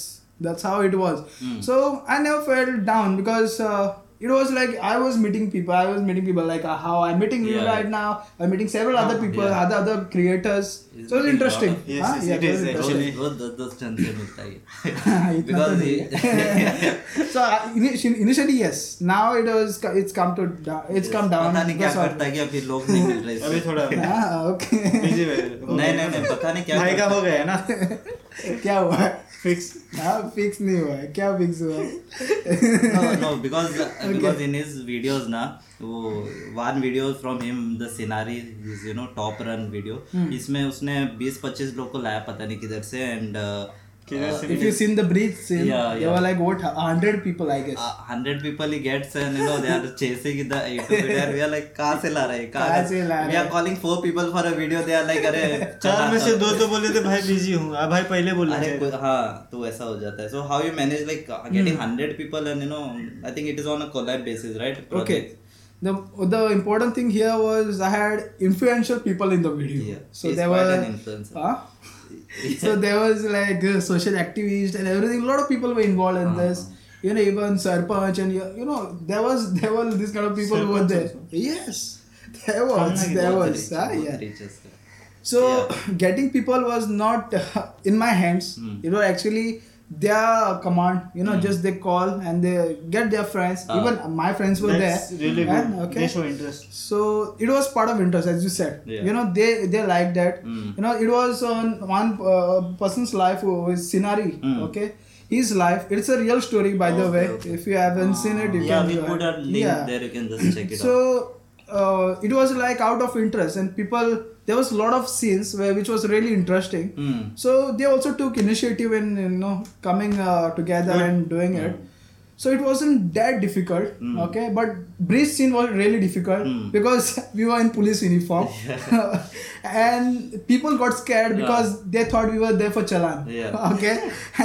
[SPEAKER 3] that's how it was.
[SPEAKER 1] Hmm.
[SPEAKER 3] So I never felt down because uh, it was like I was meeting people. I was meeting people like uh, how I'm meeting you
[SPEAKER 1] Yeah. Ah,
[SPEAKER 3] right now. I'm meeting several other people,
[SPEAKER 1] Yeah.
[SPEAKER 3] other other creators.
[SPEAKER 1] It's
[SPEAKER 3] so it's
[SPEAKER 1] been
[SPEAKER 3] interesting.
[SPEAKER 1] lot
[SPEAKER 2] of-
[SPEAKER 3] huh?
[SPEAKER 2] Yes, yes, it
[SPEAKER 3] so
[SPEAKER 2] is
[SPEAKER 3] it's
[SPEAKER 1] rose
[SPEAKER 2] actually.
[SPEAKER 1] रोज दस दस ton से मिलता है ये।
[SPEAKER 3] <laughs> It's not
[SPEAKER 1] Because
[SPEAKER 3] really-
[SPEAKER 1] he-
[SPEAKER 3] <laughs> so I- initially, initially yes. Now it was it's come to da- it's come down.
[SPEAKER 1] पता नहीं क्या
[SPEAKER 3] because of- <laughs>
[SPEAKER 1] करता है कि अभी लोग नहीं मिल रहे
[SPEAKER 2] अभी
[SPEAKER 1] इससे।
[SPEAKER 2] थोड़ा
[SPEAKER 3] Ah, okay. <laughs>
[SPEAKER 2] बिजी हो
[SPEAKER 1] नहीं नहीं नहीं पता नहीं क्या
[SPEAKER 2] भाई का हो गया है ना
[SPEAKER 3] क्या हुआ है?
[SPEAKER 2] फिक्स
[SPEAKER 3] हाँ फिक्स नहीं हुआ है क्या फिक्स हुआ है?
[SPEAKER 1] no, no, because because in his videos na, वो one video from him the scenario is you know top run video.
[SPEAKER 3] Hmm.
[SPEAKER 1] इसमें उसने 20-25 लोग को लाया पता नहीं किधर से and uh,
[SPEAKER 2] किधर
[SPEAKER 3] if you seen the bridge scene,
[SPEAKER 1] Yeah,
[SPEAKER 3] there
[SPEAKER 1] yeah.
[SPEAKER 3] were like what hundred people I guess.
[SPEAKER 1] uh, 100 people he gets and you know they are chasing the YouTube video. and We are like कहाँ से ला रहे हैं
[SPEAKER 3] कहाँ से ला रहे
[SPEAKER 1] We are calling four people for a video. They are like अरे
[SPEAKER 2] चार
[SPEAKER 1] चला
[SPEAKER 2] में से
[SPEAKER 1] सब।
[SPEAKER 2] दो तो बोले थे भाई बिजी हूँ आ भाई पहले बोला
[SPEAKER 1] अरे कोई- हाँ तो ऐसा हो जाता है so how you manage like getting hundred people and you know I think it is on a collab basis right
[SPEAKER 3] Okay. The, the important thing here was I had influential people in the video.
[SPEAKER 1] Yeah.
[SPEAKER 3] So
[SPEAKER 1] He's
[SPEAKER 3] there
[SPEAKER 1] quite
[SPEAKER 3] were
[SPEAKER 1] an influencer. <laughs>
[SPEAKER 3] Huh? so there was like uh, social activists and everything. A lot of people were involved in
[SPEAKER 1] Uh-huh.
[SPEAKER 3] this. You know, even Sarpanch and you you know there was there were this kind of people who were
[SPEAKER 2] Sarpanch
[SPEAKER 3] there. Yes, <laughs> there was there was. huh? yeah. So <clears throat> getting people was not <laughs> in my hands.
[SPEAKER 1] Hmm.
[SPEAKER 3] It was actually their command. You know, just they call and they get their friends.
[SPEAKER 1] Ah.
[SPEAKER 3] Even my friends were
[SPEAKER 2] That's
[SPEAKER 3] there.
[SPEAKER 2] really good.
[SPEAKER 3] And, हाँ, okay.
[SPEAKER 2] They show interest.
[SPEAKER 3] So it was part of interest, as you said.
[SPEAKER 1] Yeah. Hmm.
[SPEAKER 3] You know, they they like that. You know, it was on one uh, person's life who is Sinari. Okay. His life. It's a real story, by the
[SPEAKER 1] Hmm. Okay,
[SPEAKER 3] way.
[SPEAKER 1] okay. Ah.
[SPEAKER 3] If you haven't seen it, you
[SPEAKER 1] Yeah,
[SPEAKER 3] can.
[SPEAKER 1] we
[SPEAKER 3] go
[SPEAKER 1] put a
[SPEAKER 3] ahead.
[SPEAKER 1] link there. You can just check it out.
[SPEAKER 3] So uh, it was like out of interest, and people there was a lot of scenes where which was really interesting.
[SPEAKER 1] Mm.
[SPEAKER 3] So they also took initiative in you know coming uh, together and doing it.
[SPEAKER 1] Mm.
[SPEAKER 3] So it wasn't that difficult, okay. But bridge scene was really difficult
[SPEAKER 1] Mm.
[SPEAKER 3] because <laughs> we were in police uniform, <laughs> and people got scared
[SPEAKER 1] Yeah.
[SPEAKER 3] because they thought we were there for chalan,
[SPEAKER 1] Yeah.
[SPEAKER 3] <laughs> okay.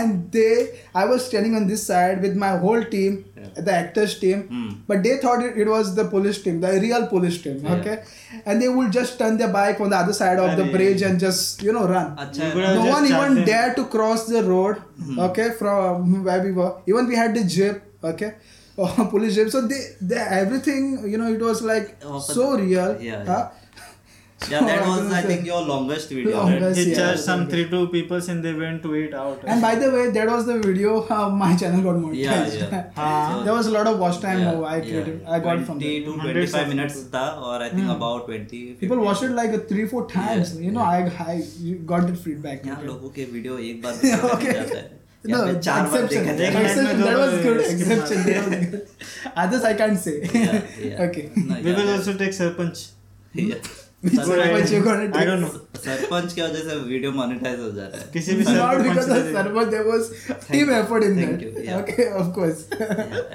[SPEAKER 3] And they, I was standing on this side with my whole team, the actors team,
[SPEAKER 1] Mm.
[SPEAKER 3] but they thought it, it was the police team, the real police team,
[SPEAKER 1] Yeah.
[SPEAKER 3] okay. And they would just turn their bike on the other side of the
[SPEAKER 2] Arey.
[SPEAKER 3] bridge and just you know run
[SPEAKER 1] अच्छा
[SPEAKER 2] You could
[SPEAKER 1] है
[SPEAKER 2] have
[SPEAKER 3] no
[SPEAKER 2] just
[SPEAKER 3] one even
[SPEAKER 2] charged them.
[SPEAKER 3] dared to cross the road
[SPEAKER 1] Hmm.
[SPEAKER 3] okay from where we were even we had the jeep okay <laughs> oh, police jeep so they, they everything you know it was like
[SPEAKER 1] Oh, but-
[SPEAKER 3] so real
[SPEAKER 1] yeah,
[SPEAKER 3] <laughs> huh?
[SPEAKER 1] yeah
[SPEAKER 3] <laughs>
[SPEAKER 1] that was I think your longest video right?
[SPEAKER 3] Longest. Yes,
[SPEAKER 2] They
[SPEAKER 3] yeah,
[SPEAKER 2] charged
[SPEAKER 3] that's
[SPEAKER 2] some
[SPEAKER 3] good.
[SPEAKER 2] three two people and they went to eat out.
[SPEAKER 3] and by the way that was the video <laughs> how my channel got monetized
[SPEAKER 1] Yeah,
[SPEAKER 3] <laughs>
[SPEAKER 1] yeah.
[SPEAKER 2] हाँ.
[SPEAKER 3] there was a lot of watch time
[SPEAKER 1] Yeah,
[SPEAKER 3] how I
[SPEAKER 1] yeah,
[SPEAKER 3] created
[SPEAKER 1] yeah.
[SPEAKER 3] I got from there Hmm.
[SPEAKER 1] 20 to
[SPEAKER 2] Hundreds
[SPEAKER 1] 25
[SPEAKER 2] of
[SPEAKER 1] minutes था और I think about 20
[SPEAKER 3] people watched it like three four times you know I, I you got the feedback
[SPEAKER 1] यहाँ लोगों के video एक
[SPEAKER 3] <laughs>
[SPEAKER 1] बार तो
[SPEAKER 3] Okay.
[SPEAKER 1] देखा नहीं जाता है
[SPEAKER 3] No,
[SPEAKER 1] यहाँ पे चार बार
[SPEAKER 3] exception.
[SPEAKER 1] देखा
[SPEAKER 2] देखा
[SPEAKER 1] जाता है
[SPEAKER 2] है।
[SPEAKER 3] Exception, that was good.
[SPEAKER 2] Yeah.
[SPEAKER 3] Exception, that was good. Others I can't say. <laughs>
[SPEAKER 1] Yeah, yeah.
[SPEAKER 3] Okay.
[SPEAKER 1] No,
[SPEAKER 2] we
[SPEAKER 1] yeah,
[SPEAKER 2] will
[SPEAKER 1] yeah.
[SPEAKER 2] also take
[SPEAKER 3] <laughs>
[SPEAKER 2] sarpanch.
[SPEAKER 1] <laughs> Yeah.
[SPEAKER 3] Which
[SPEAKER 1] सर-
[SPEAKER 3] Sarpanch you gonna
[SPEAKER 2] I
[SPEAKER 3] take?
[SPEAKER 2] don't know.
[SPEAKER 1] Sarpanch की वजह से video monetize हो जा रहा है
[SPEAKER 2] किसी भी
[SPEAKER 3] not
[SPEAKER 2] सरपंच
[SPEAKER 3] because
[SPEAKER 2] से
[SPEAKER 3] of
[SPEAKER 2] they-
[SPEAKER 3] server, there was team effort in
[SPEAKER 1] Thank
[SPEAKER 3] that.
[SPEAKER 1] you, yeah.
[SPEAKER 3] Okay, of course.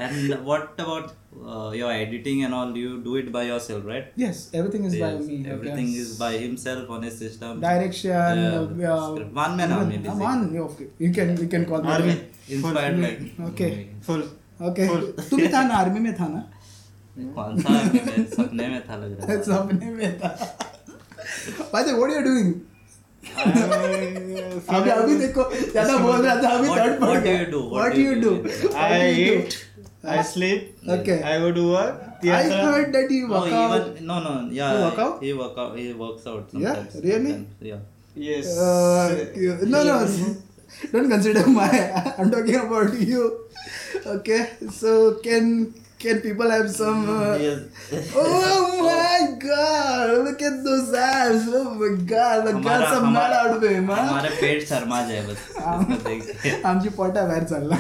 [SPEAKER 1] and what about uh, your editing and all you do it by yourself right
[SPEAKER 3] yes, everything is by me. okay.
[SPEAKER 1] everything is by himself on his system
[SPEAKER 3] direction.
[SPEAKER 1] Yeah,
[SPEAKER 3] uh,
[SPEAKER 1] script. one man army
[SPEAKER 3] uh,
[SPEAKER 1] basically.
[SPEAKER 3] One, yeah, okay. you can you can call me.
[SPEAKER 2] Army.
[SPEAKER 1] inspired by
[SPEAKER 3] Okay.
[SPEAKER 2] Full.
[SPEAKER 3] Okay,
[SPEAKER 2] Full.
[SPEAKER 3] <laughs> तू
[SPEAKER 2] <laughs>
[SPEAKER 3] भी था ना army में था ना
[SPEAKER 1] कौन सा army में?
[SPEAKER 3] <laughs>
[SPEAKER 1] सपने में था लग रहा है
[SPEAKER 3] सपने में था By the way, what are you doing? अभी अभी देखो ज्यादा बोल रहा था अभी
[SPEAKER 1] What-
[SPEAKER 3] थर्ड पड़
[SPEAKER 1] what do
[SPEAKER 3] गया
[SPEAKER 1] you do? What
[SPEAKER 3] What
[SPEAKER 1] do
[SPEAKER 3] you
[SPEAKER 1] you
[SPEAKER 3] do?
[SPEAKER 1] do?
[SPEAKER 3] What
[SPEAKER 2] I
[SPEAKER 3] do you do?
[SPEAKER 2] eat. I sleep.
[SPEAKER 3] Okay.
[SPEAKER 2] I go to work. The
[SPEAKER 3] I
[SPEAKER 2] other-
[SPEAKER 3] heard that you
[SPEAKER 1] No,
[SPEAKER 3] work out.
[SPEAKER 1] even no, no, yeah.
[SPEAKER 3] You work out?
[SPEAKER 1] He work out. He works out.
[SPEAKER 3] Yeah,
[SPEAKER 1] Sometimes.
[SPEAKER 3] really?
[SPEAKER 1] sometimes, Yeah.
[SPEAKER 2] Yes.
[SPEAKER 3] Uh, you- no, no. <laughs> Don't consider my. I'm talking about you. Okay, so can can people have some? Uh,
[SPEAKER 1] Yes.
[SPEAKER 3] <laughs> Oh my God! Look at those abs! Oh my God! The guts are mad
[SPEAKER 1] हमारा-
[SPEAKER 3] out of him, huh? <laughs>
[SPEAKER 1] हमारे पेट शर्मा जाए बस
[SPEAKER 3] हाँ।
[SPEAKER 1] इसको देख के
[SPEAKER 3] आमची पोटा बाहेर <laughs> चालला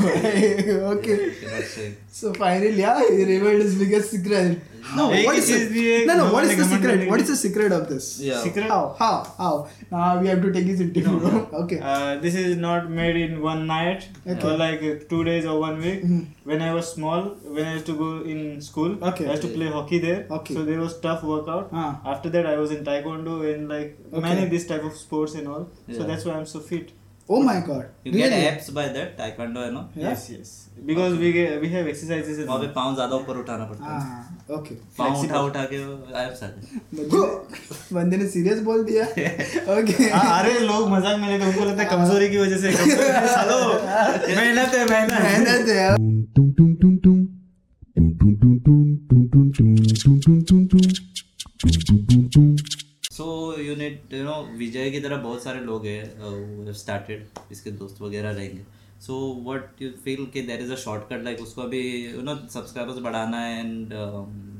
[SPEAKER 3] okay
[SPEAKER 1] Cannot say.
[SPEAKER 3] So finally या revealed is biggest secret no
[SPEAKER 2] एक
[SPEAKER 3] व्हाट
[SPEAKER 2] ही
[SPEAKER 3] इज
[SPEAKER 2] चीज दी है,
[SPEAKER 3] no no what is the
[SPEAKER 2] government ने
[SPEAKER 3] secret
[SPEAKER 2] recommend
[SPEAKER 3] what is the secret of this
[SPEAKER 1] Yeah.
[SPEAKER 2] Secret?
[SPEAKER 3] How how how now we have to take this interview <laughs> okay
[SPEAKER 2] Uh, this is not made in one night
[SPEAKER 3] Okay.
[SPEAKER 2] or like uh, two days or one week.
[SPEAKER 3] Mhm.
[SPEAKER 2] When I was small, when I used to go in school,
[SPEAKER 3] Okay.
[SPEAKER 2] I used to play hockey there.
[SPEAKER 3] Okay.
[SPEAKER 2] So there was tough workout.
[SPEAKER 3] Ah.
[SPEAKER 2] After that, I was in taekwondo and like
[SPEAKER 3] Okay.
[SPEAKER 2] many these type of sports and all. So
[SPEAKER 1] Yeah.
[SPEAKER 2] that's why I'm so fit.
[SPEAKER 3] Oh my god.
[SPEAKER 1] You get
[SPEAKER 3] really?
[SPEAKER 1] abs by that taekwondo है ना
[SPEAKER 3] Yeah.
[SPEAKER 2] Yes, yes. Because we get, we have exercises. And
[SPEAKER 1] वहाँ पे पाँव ज्यादा ऊपर उठाना पड़ता है
[SPEAKER 3] Ah, okay.
[SPEAKER 1] पाँव उठा उठा के abs आ जाते हैं।
[SPEAKER 3] बंदे ने- बंदे ने सीरियस बोल दिया
[SPEAKER 1] <laughs>
[SPEAKER 3] <laughs> ओके
[SPEAKER 2] आ- अरे लोग मजाक में लेते हैं, उनको लगता है कमजोरी की <laughs> वजह से कमजोरी नहीं, सालो मेहनत है मेहनत है।
[SPEAKER 3] मेहनत है यार
[SPEAKER 4] tum tum tum tum tum tum tum tum tum tum tum tum tum tum tum tum tum
[SPEAKER 1] so you need you know Vijay की तरह बहुत सारे लोग हैं uh, स्टार्टेड इसके दोस्त वगैरह रहेंगे सो वट यू फील कि there is a shortcut like उसको अभी यू नो सब्सक्राइबर्स um, बढ़ाना है एंड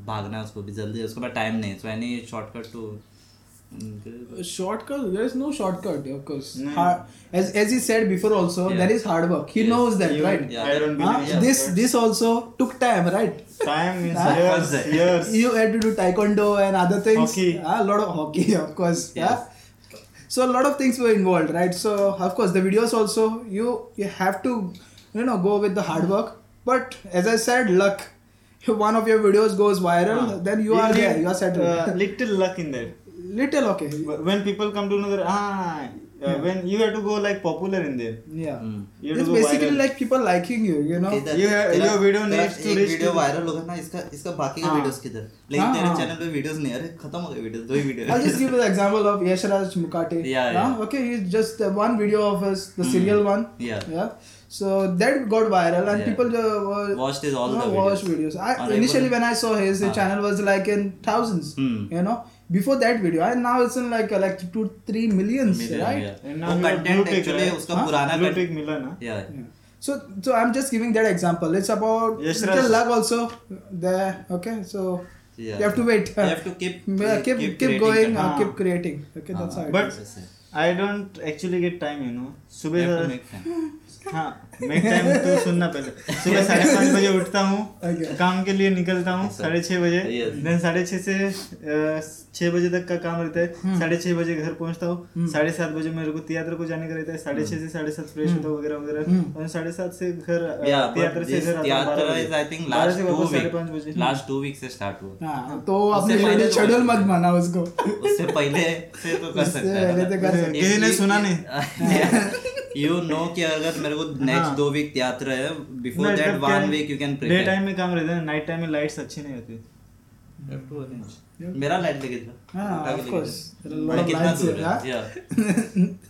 [SPEAKER 1] भागना है उसको भी जल्दी उसके पास टाइम नहीं so any shortcut to Mm,
[SPEAKER 3] A shortcut? There is no shortcut, of course.
[SPEAKER 2] No.
[SPEAKER 3] Hard, as as he said before, also
[SPEAKER 1] Yeah.
[SPEAKER 3] that is hard work. He
[SPEAKER 1] Yes.
[SPEAKER 3] knows that,
[SPEAKER 2] You-
[SPEAKER 3] right?
[SPEAKER 1] Yeah,
[SPEAKER 2] I don't
[SPEAKER 1] that-
[SPEAKER 2] believe
[SPEAKER 3] Huh?
[SPEAKER 1] Yeah,
[SPEAKER 2] in
[SPEAKER 3] this
[SPEAKER 2] words.
[SPEAKER 3] this also took time, right?
[SPEAKER 2] time is
[SPEAKER 3] Huh?
[SPEAKER 2] years,
[SPEAKER 1] Concept.
[SPEAKER 2] years.
[SPEAKER 3] You had to do taekwondo and other things.
[SPEAKER 2] Hockey.
[SPEAKER 3] Ah, A lot of hockey, <laughs> of course.
[SPEAKER 1] Yes.
[SPEAKER 3] Yeah. So a lot of things were involved, right? So of course the videos also you you have to you know go with the hard work. But as I said, luck. If one of your videos goes viral,
[SPEAKER 2] Huh.
[SPEAKER 3] then you
[SPEAKER 2] We
[SPEAKER 3] are
[SPEAKER 2] need,
[SPEAKER 3] there. You are settled.
[SPEAKER 2] Ah. Uh, little luck in that.
[SPEAKER 3] <laughs> Little okay.
[SPEAKER 2] But When people come to know that, ah, uh, when you have to go like popular in there.
[SPEAKER 3] Yeah.
[SPEAKER 1] Mm.
[SPEAKER 2] You have
[SPEAKER 3] it's
[SPEAKER 2] to go
[SPEAKER 3] basically
[SPEAKER 2] viral.
[SPEAKER 3] like people liking you, you know.
[SPEAKER 1] किधर?
[SPEAKER 2] You have-
[SPEAKER 1] तेरा-
[SPEAKER 2] your video
[SPEAKER 1] तेरा
[SPEAKER 2] needs to
[SPEAKER 1] एक
[SPEAKER 2] reach
[SPEAKER 1] video
[SPEAKER 2] to the-
[SPEAKER 1] viral होगा ना इसका इसका बाकी का
[SPEAKER 2] हाँ।
[SPEAKER 1] videos किधर लेकिन
[SPEAKER 3] हाँ,
[SPEAKER 1] तेरे
[SPEAKER 3] हाँ।
[SPEAKER 1] चैनल पे videos नहीं आ रहे खत्म हो गए videos दो ही videos
[SPEAKER 3] I'll just
[SPEAKER 1] <laughs>
[SPEAKER 3] give you the example of Yashraj Mukate.
[SPEAKER 1] Yeah,
[SPEAKER 3] Huh?
[SPEAKER 1] yeah.
[SPEAKER 3] Okay, he's just the one video of his, the serial one.
[SPEAKER 1] Yeah.
[SPEAKER 3] Yeah. So that got viral and
[SPEAKER 1] Yeah.
[SPEAKER 3] people uh, were
[SPEAKER 1] Watched his all
[SPEAKER 3] you know,
[SPEAKER 1] the
[SPEAKER 3] watched
[SPEAKER 1] videos.
[SPEAKER 3] videos. I,
[SPEAKER 1] On
[SPEAKER 3] initially,
[SPEAKER 1] everyone.
[SPEAKER 3] when I saw his, his
[SPEAKER 1] Ah.
[SPEAKER 3] channel was like in thousands.
[SPEAKER 1] Hmm.
[SPEAKER 3] You know, before that video, and now it's in like uh, like two three millions,
[SPEAKER 1] Million,
[SPEAKER 3] right?
[SPEAKER 1] yeah.
[SPEAKER 2] And
[SPEAKER 1] वो
[SPEAKER 2] now you have
[SPEAKER 1] content
[SPEAKER 2] blue tick,
[SPEAKER 1] actually
[SPEAKER 2] right?
[SPEAKER 1] उसका
[SPEAKER 3] हाँ?
[SPEAKER 1] पुराना
[SPEAKER 2] Blue
[SPEAKER 1] con-
[SPEAKER 2] tick मिला ना.
[SPEAKER 1] Yeah.
[SPEAKER 3] So, so I'm just giving that example. It's about
[SPEAKER 2] Yes,
[SPEAKER 3] little
[SPEAKER 2] Raj.
[SPEAKER 3] luck also there. Okay, so
[SPEAKER 1] Yeah.
[SPEAKER 3] you have to wait.
[SPEAKER 1] You have to keep-
[SPEAKER 3] <laughs> Yeah, keep
[SPEAKER 1] keep
[SPEAKER 3] keep,
[SPEAKER 1] creating Ah.
[SPEAKER 3] going,
[SPEAKER 2] content.
[SPEAKER 3] uh, keep creating. Okay, that's how. It
[SPEAKER 2] But
[SPEAKER 3] is.
[SPEAKER 2] I don't actually get time, you know.
[SPEAKER 1] You
[SPEAKER 2] सुबह
[SPEAKER 1] have to
[SPEAKER 2] जरा-
[SPEAKER 1] make time.
[SPEAKER 2] हाँ make time तो सुनना पहले सुबह साढ़े पाँच बजे उठता हूँ
[SPEAKER 3] Okay.
[SPEAKER 2] काम के लिए निकलता हूँ
[SPEAKER 1] Yes, sir.
[SPEAKER 2] साढ़े छः बजे
[SPEAKER 1] Yes.
[SPEAKER 2] देन साढ़े छः से अ, छः बजे तक का काम रहता है साढ़े छः बजे घर पहुँचता हूँ साढ़े सात बजे मेरे को तियात्र को जाने का रहता है साढ़े
[SPEAKER 1] Hmm.
[SPEAKER 2] छः से साढ़े सात फ्रेश होता हूँ वगैरह वगैरह और साढ़े सात से घर अ,
[SPEAKER 1] Yeah, but
[SPEAKER 2] तियात्र से
[SPEAKER 1] this
[SPEAKER 2] घर Uh, आता हूँ
[SPEAKER 1] theatre
[SPEAKER 2] बारह
[SPEAKER 1] is I think
[SPEAKER 2] बजे। बारह
[SPEAKER 1] last
[SPEAKER 2] से
[SPEAKER 1] two
[SPEAKER 2] वापस साढ़े पाँच
[SPEAKER 1] week-
[SPEAKER 2] बजे
[SPEAKER 1] last two week से start हुआ
[SPEAKER 3] हाँ, तो
[SPEAKER 1] उससे
[SPEAKER 3] आपने
[SPEAKER 1] पहले
[SPEAKER 3] शेड्यूल
[SPEAKER 1] तो-
[SPEAKER 3] शेड्यूल मत माना उसको
[SPEAKER 1] उससे पहले से तो कर
[SPEAKER 3] उससे
[SPEAKER 1] सकता है
[SPEAKER 3] पहले
[SPEAKER 1] ना।
[SPEAKER 3] तो कर सकता
[SPEAKER 2] है। किसी ने सुना
[SPEAKER 1] नहीं <laughs> यू नो कि अगर मेरे को नेक्स्ट
[SPEAKER 2] हाँ। Hmm.
[SPEAKER 1] दो वीक यात्रा है before that one week you can
[SPEAKER 2] day
[SPEAKER 1] prepare
[SPEAKER 2] time में काम रहता है नाइट टाइम में लाइट्स अच्छी नहीं होती
[SPEAKER 1] मेरा लाइट लेके था
[SPEAKER 3] हाँ,
[SPEAKER 1] उठा के
[SPEAKER 3] of
[SPEAKER 1] लेके
[SPEAKER 3] course.
[SPEAKER 1] था।
[SPEAKER 3] There are a lot
[SPEAKER 1] मैं
[SPEAKER 3] of
[SPEAKER 1] कितना
[SPEAKER 3] lights
[SPEAKER 1] दूर
[SPEAKER 3] here,
[SPEAKER 1] है
[SPEAKER 3] हाँ?
[SPEAKER 1] yeah.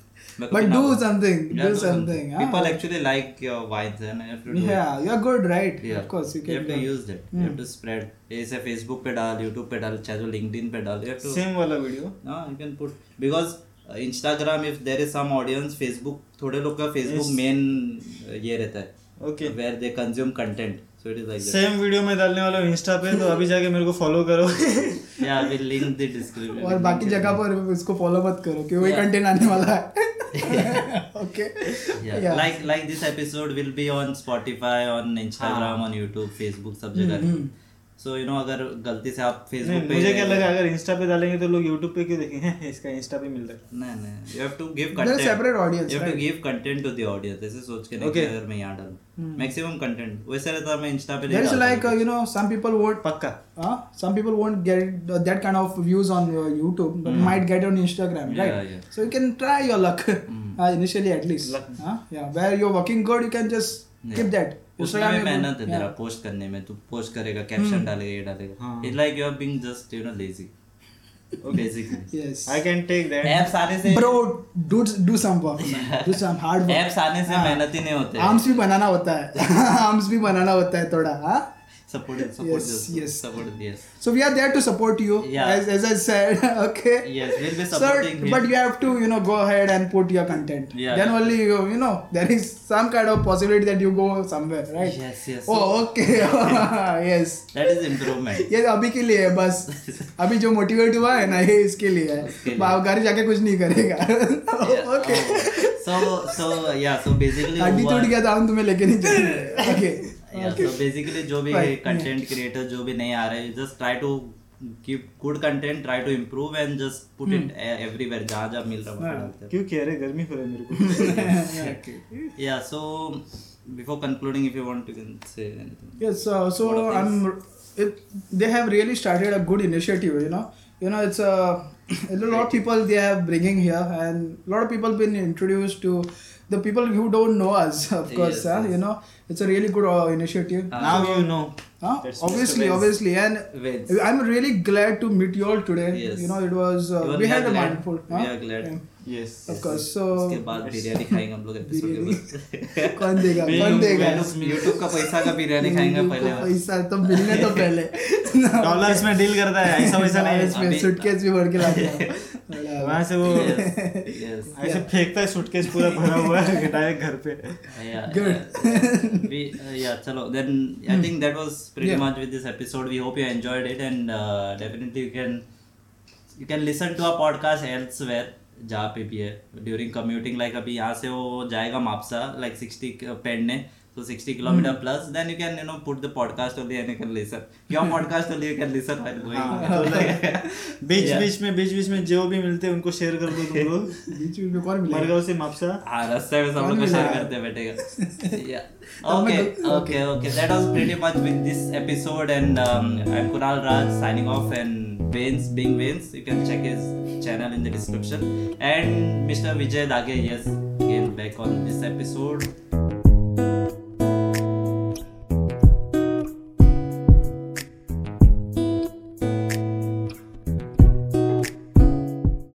[SPEAKER 2] <laughs>
[SPEAKER 1] मैं
[SPEAKER 3] But
[SPEAKER 1] कभी
[SPEAKER 3] do
[SPEAKER 1] ना बोलूं।
[SPEAKER 3] something,
[SPEAKER 1] Yeah,
[SPEAKER 3] do
[SPEAKER 1] do
[SPEAKER 3] something, हाँ?
[SPEAKER 1] people actually like your vibes and you have to do it.
[SPEAKER 3] yeah you're good right
[SPEAKER 1] Yeah.
[SPEAKER 3] of course you
[SPEAKER 1] you have
[SPEAKER 3] can
[SPEAKER 1] to
[SPEAKER 3] do. Hmm.
[SPEAKER 1] use that you have to spread ऐसे Facebook पे डाल YouTube पे डाल चाहे तो LinkedIn पे डाल you have to
[SPEAKER 2] same वाला वीडियो
[SPEAKER 1] हाँ you can put because uh, Instagram if there is some audience Facebook थोड़े लोग का Facebook main uh, ये रहता है
[SPEAKER 2] Okay.
[SPEAKER 1] where they consume content so it is like that
[SPEAKER 2] same video में डालने वाला इंस्टा पे तो अभी जाके मेरे को फॉलो करो
[SPEAKER 1] yeah we link the description
[SPEAKER 3] और बाकी जगह पर उसको फॉलो मत करो कि वही कंटेंट आने वाला है
[SPEAKER 1] <laughs>
[SPEAKER 3] okay
[SPEAKER 1] yeah. like like this episode will be on Spotify on Instagram on YouTube Facebook सब जगह so you know अगर गलती से आप
[SPEAKER 2] नहीं
[SPEAKER 1] Facebook पे
[SPEAKER 2] मुझे क्या लगा अगर इंस्टा पे डालेंगे तो लोग यूट्यूब पे क्यों देखेंगे इसका इंस्टा पे मिल रहा
[SPEAKER 1] नहीं नहीं you have to give
[SPEAKER 3] There are
[SPEAKER 1] content
[SPEAKER 3] separate audience,
[SPEAKER 1] you have to
[SPEAKER 3] right?
[SPEAKER 1] give content to the audience ऐसे सोच के नहीं
[SPEAKER 2] Okay.
[SPEAKER 1] कि अगर मैं यहाँ डालूं maximum content वैसे रहता मैं Insta पे नहीं
[SPEAKER 3] देयर इज
[SPEAKER 1] डालता।
[SPEAKER 3] Like you know some people
[SPEAKER 2] है
[SPEAKER 3] वोंट
[SPEAKER 2] पक्का
[SPEAKER 3] Huh? Some people won't get uh, that kind of views on uh, YouTube, but might get on Instagram,
[SPEAKER 1] Hmm. Yeah,
[SPEAKER 3] right?
[SPEAKER 1] yeah. Hmm.
[SPEAKER 3] So you can try your luck <laughs> uh, initially, at least.
[SPEAKER 2] Luck.
[SPEAKER 3] Huh? Yeah, where you're working good, you can just keep that.
[SPEAKER 1] उसमें भी
[SPEAKER 3] you-
[SPEAKER 1] मेहनत है
[SPEAKER 3] yeah.
[SPEAKER 1] तेरा post करने में तू post करेगा caption डालेगा ये डालेगा it's like you are being just you know lazy
[SPEAKER 3] <laughs>
[SPEAKER 1] basically
[SPEAKER 3] Yes.
[SPEAKER 2] I can take that
[SPEAKER 1] apps आने से
[SPEAKER 3] Bro, do do some work,
[SPEAKER 1] <laughs>
[SPEAKER 3] man. do some hard work.
[SPEAKER 1] Apps आने से मेहनत ही नहीं होते
[SPEAKER 3] आर्म्स भी बनाना होता है <laughs> आर्म्स भी बनाना होता है थोड़ा हाँ
[SPEAKER 1] support support
[SPEAKER 3] Yes, yes.
[SPEAKER 1] Support yes
[SPEAKER 3] so we are there to support you
[SPEAKER 1] Yeah.
[SPEAKER 3] As as I <laughs> said okay
[SPEAKER 1] Yes, we'll be
[SPEAKER 3] Sir,
[SPEAKER 1] supporting him.
[SPEAKER 3] but you have to, you know, go ahead and put your content.
[SPEAKER 1] Yeah.
[SPEAKER 3] Then only you, you know, there is some kind of possibility that you go somewhere, right?
[SPEAKER 1] Yes, yes.
[SPEAKER 3] Oh, okay. <laughs> yes.
[SPEAKER 1] That is
[SPEAKER 3] <laughs>
[SPEAKER 1] improvement
[SPEAKER 3] ये अभी के लिए है बस
[SPEAKER 1] <laughs>
[SPEAKER 3] अभी जो motivate हुआ है ना ये इसके लिए
[SPEAKER 1] उसके
[SPEAKER 3] है
[SPEAKER 1] लिए।
[SPEAKER 3] बाप घर जाके कुछ नहीं
[SPEAKER 1] <laughs>
[SPEAKER 3] करेगा <laughs> okay
[SPEAKER 1] so so yeah so
[SPEAKER 3] हड्डी
[SPEAKER 1] बेसिकली
[SPEAKER 3] टूट गया था हम तुम्हें लेके नहीं
[SPEAKER 1] <laughs>
[SPEAKER 3] चलेंगे ओके
[SPEAKER 1] yeah so basically जो भी
[SPEAKER 3] Right,
[SPEAKER 1] content creator जो भी नहीं आ रहे just try to keep good content try to improve and just put it
[SPEAKER 3] Hmm.
[SPEAKER 1] e- everywhere जहाँ जहाँ मिल रहा है वहाँ डालते
[SPEAKER 3] <laughs>
[SPEAKER 2] क्यों कह रहे गर्मी हो रही है मेरे
[SPEAKER 1] हैं yeah so before concluding if you want you can say anything
[SPEAKER 3] Yes, uh, so I'm. It, they have really started a good initiative. You know, you know it's a, a lot of people they have bringing here, and a lot of people been introduced to the people who don't know us. <laughs> Of course,
[SPEAKER 1] Yes,
[SPEAKER 3] huh?
[SPEAKER 1] yes.
[SPEAKER 3] you know, it's a really good uh, initiative.
[SPEAKER 2] को now you know
[SPEAKER 3] Huh? हाँ, Obviously, obviously, and
[SPEAKER 1] Vince.
[SPEAKER 3] I'm really glad to meet you all today.
[SPEAKER 1] Yes.
[SPEAKER 3] You know, it was uh,
[SPEAKER 1] Even
[SPEAKER 3] we
[SPEAKER 1] we are
[SPEAKER 3] had a
[SPEAKER 1] glad.
[SPEAKER 3] mindful.
[SPEAKER 1] We are glad. <laughs>
[SPEAKER 2] Yes
[SPEAKER 3] Of course, so
[SPEAKER 1] उसके बाद बिरयानी खाएंगे हम लोग episode के बाद
[SPEAKER 3] <laughs> कौन देगा कौन देगा
[SPEAKER 1] यूट्यूब का पैसा का बिरयानी खाएंगे पहले
[SPEAKER 3] पैसा तो मिलने तो पहले
[SPEAKER 2] डॉलर्स में डील करता है ऐसा वैसा नहीं <laughs> है।
[SPEAKER 1] अभी-
[SPEAKER 3] सूटकेस भी भर के लाते
[SPEAKER 2] वहाँ से वो
[SPEAKER 3] <laughs>
[SPEAKER 1] yes
[SPEAKER 2] ऐसे फेंकता है सूटकेस पूरा भरा हुआ है डायरेक्ट घर पे
[SPEAKER 1] yeah,
[SPEAKER 3] Good. Hmm.
[SPEAKER 1] yeah. <laughs> we, uh, yeah, chalo. Then I think that was pretty
[SPEAKER 3] Yeah.
[SPEAKER 1] much with this episode. We hope you enjoyed it, and uh, definitely you can you can listen to our podcast elsewhere जहाँ पे भी है during commuting like अभी यहाँ से वो जाएगा Mapusa like sixty पेड़ने so sixty kilometer
[SPEAKER 3] Hmm.
[SPEAKER 1] Plus then you can you know put the podcast only and you can listen
[SPEAKER 3] <laughs>
[SPEAKER 1] your podcast only you can listen while
[SPEAKER 3] हाँ,
[SPEAKER 1] <laughs> गोइंग
[SPEAKER 2] हाँ, तो बीच बीच में बीच बीच में जो भी मिलते हैं उनको शेयर कर दो तुम
[SPEAKER 3] <laughs>
[SPEAKER 2] लोग
[SPEAKER 3] बीच बीच में कौन मिलेगा
[SPEAKER 2] मरगांव से मापसा
[SPEAKER 1] हाँ रास्ते में सब लोग को
[SPEAKER 3] मिला
[SPEAKER 1] शेयर
[SPEAKER 3] है?
[SPEAKER 1] करते बैठेगा
[SPEAKER 3] तब
[SPEAKER 1] ओके
[SPEAKER 3] मैं-
[SPEAKER 1] okay okay that was pretty much with this episode and I am Kunal Raj signing off and Veins being Veins you can check his channel in the description and Mr. Vijay Dage yes again back on this episode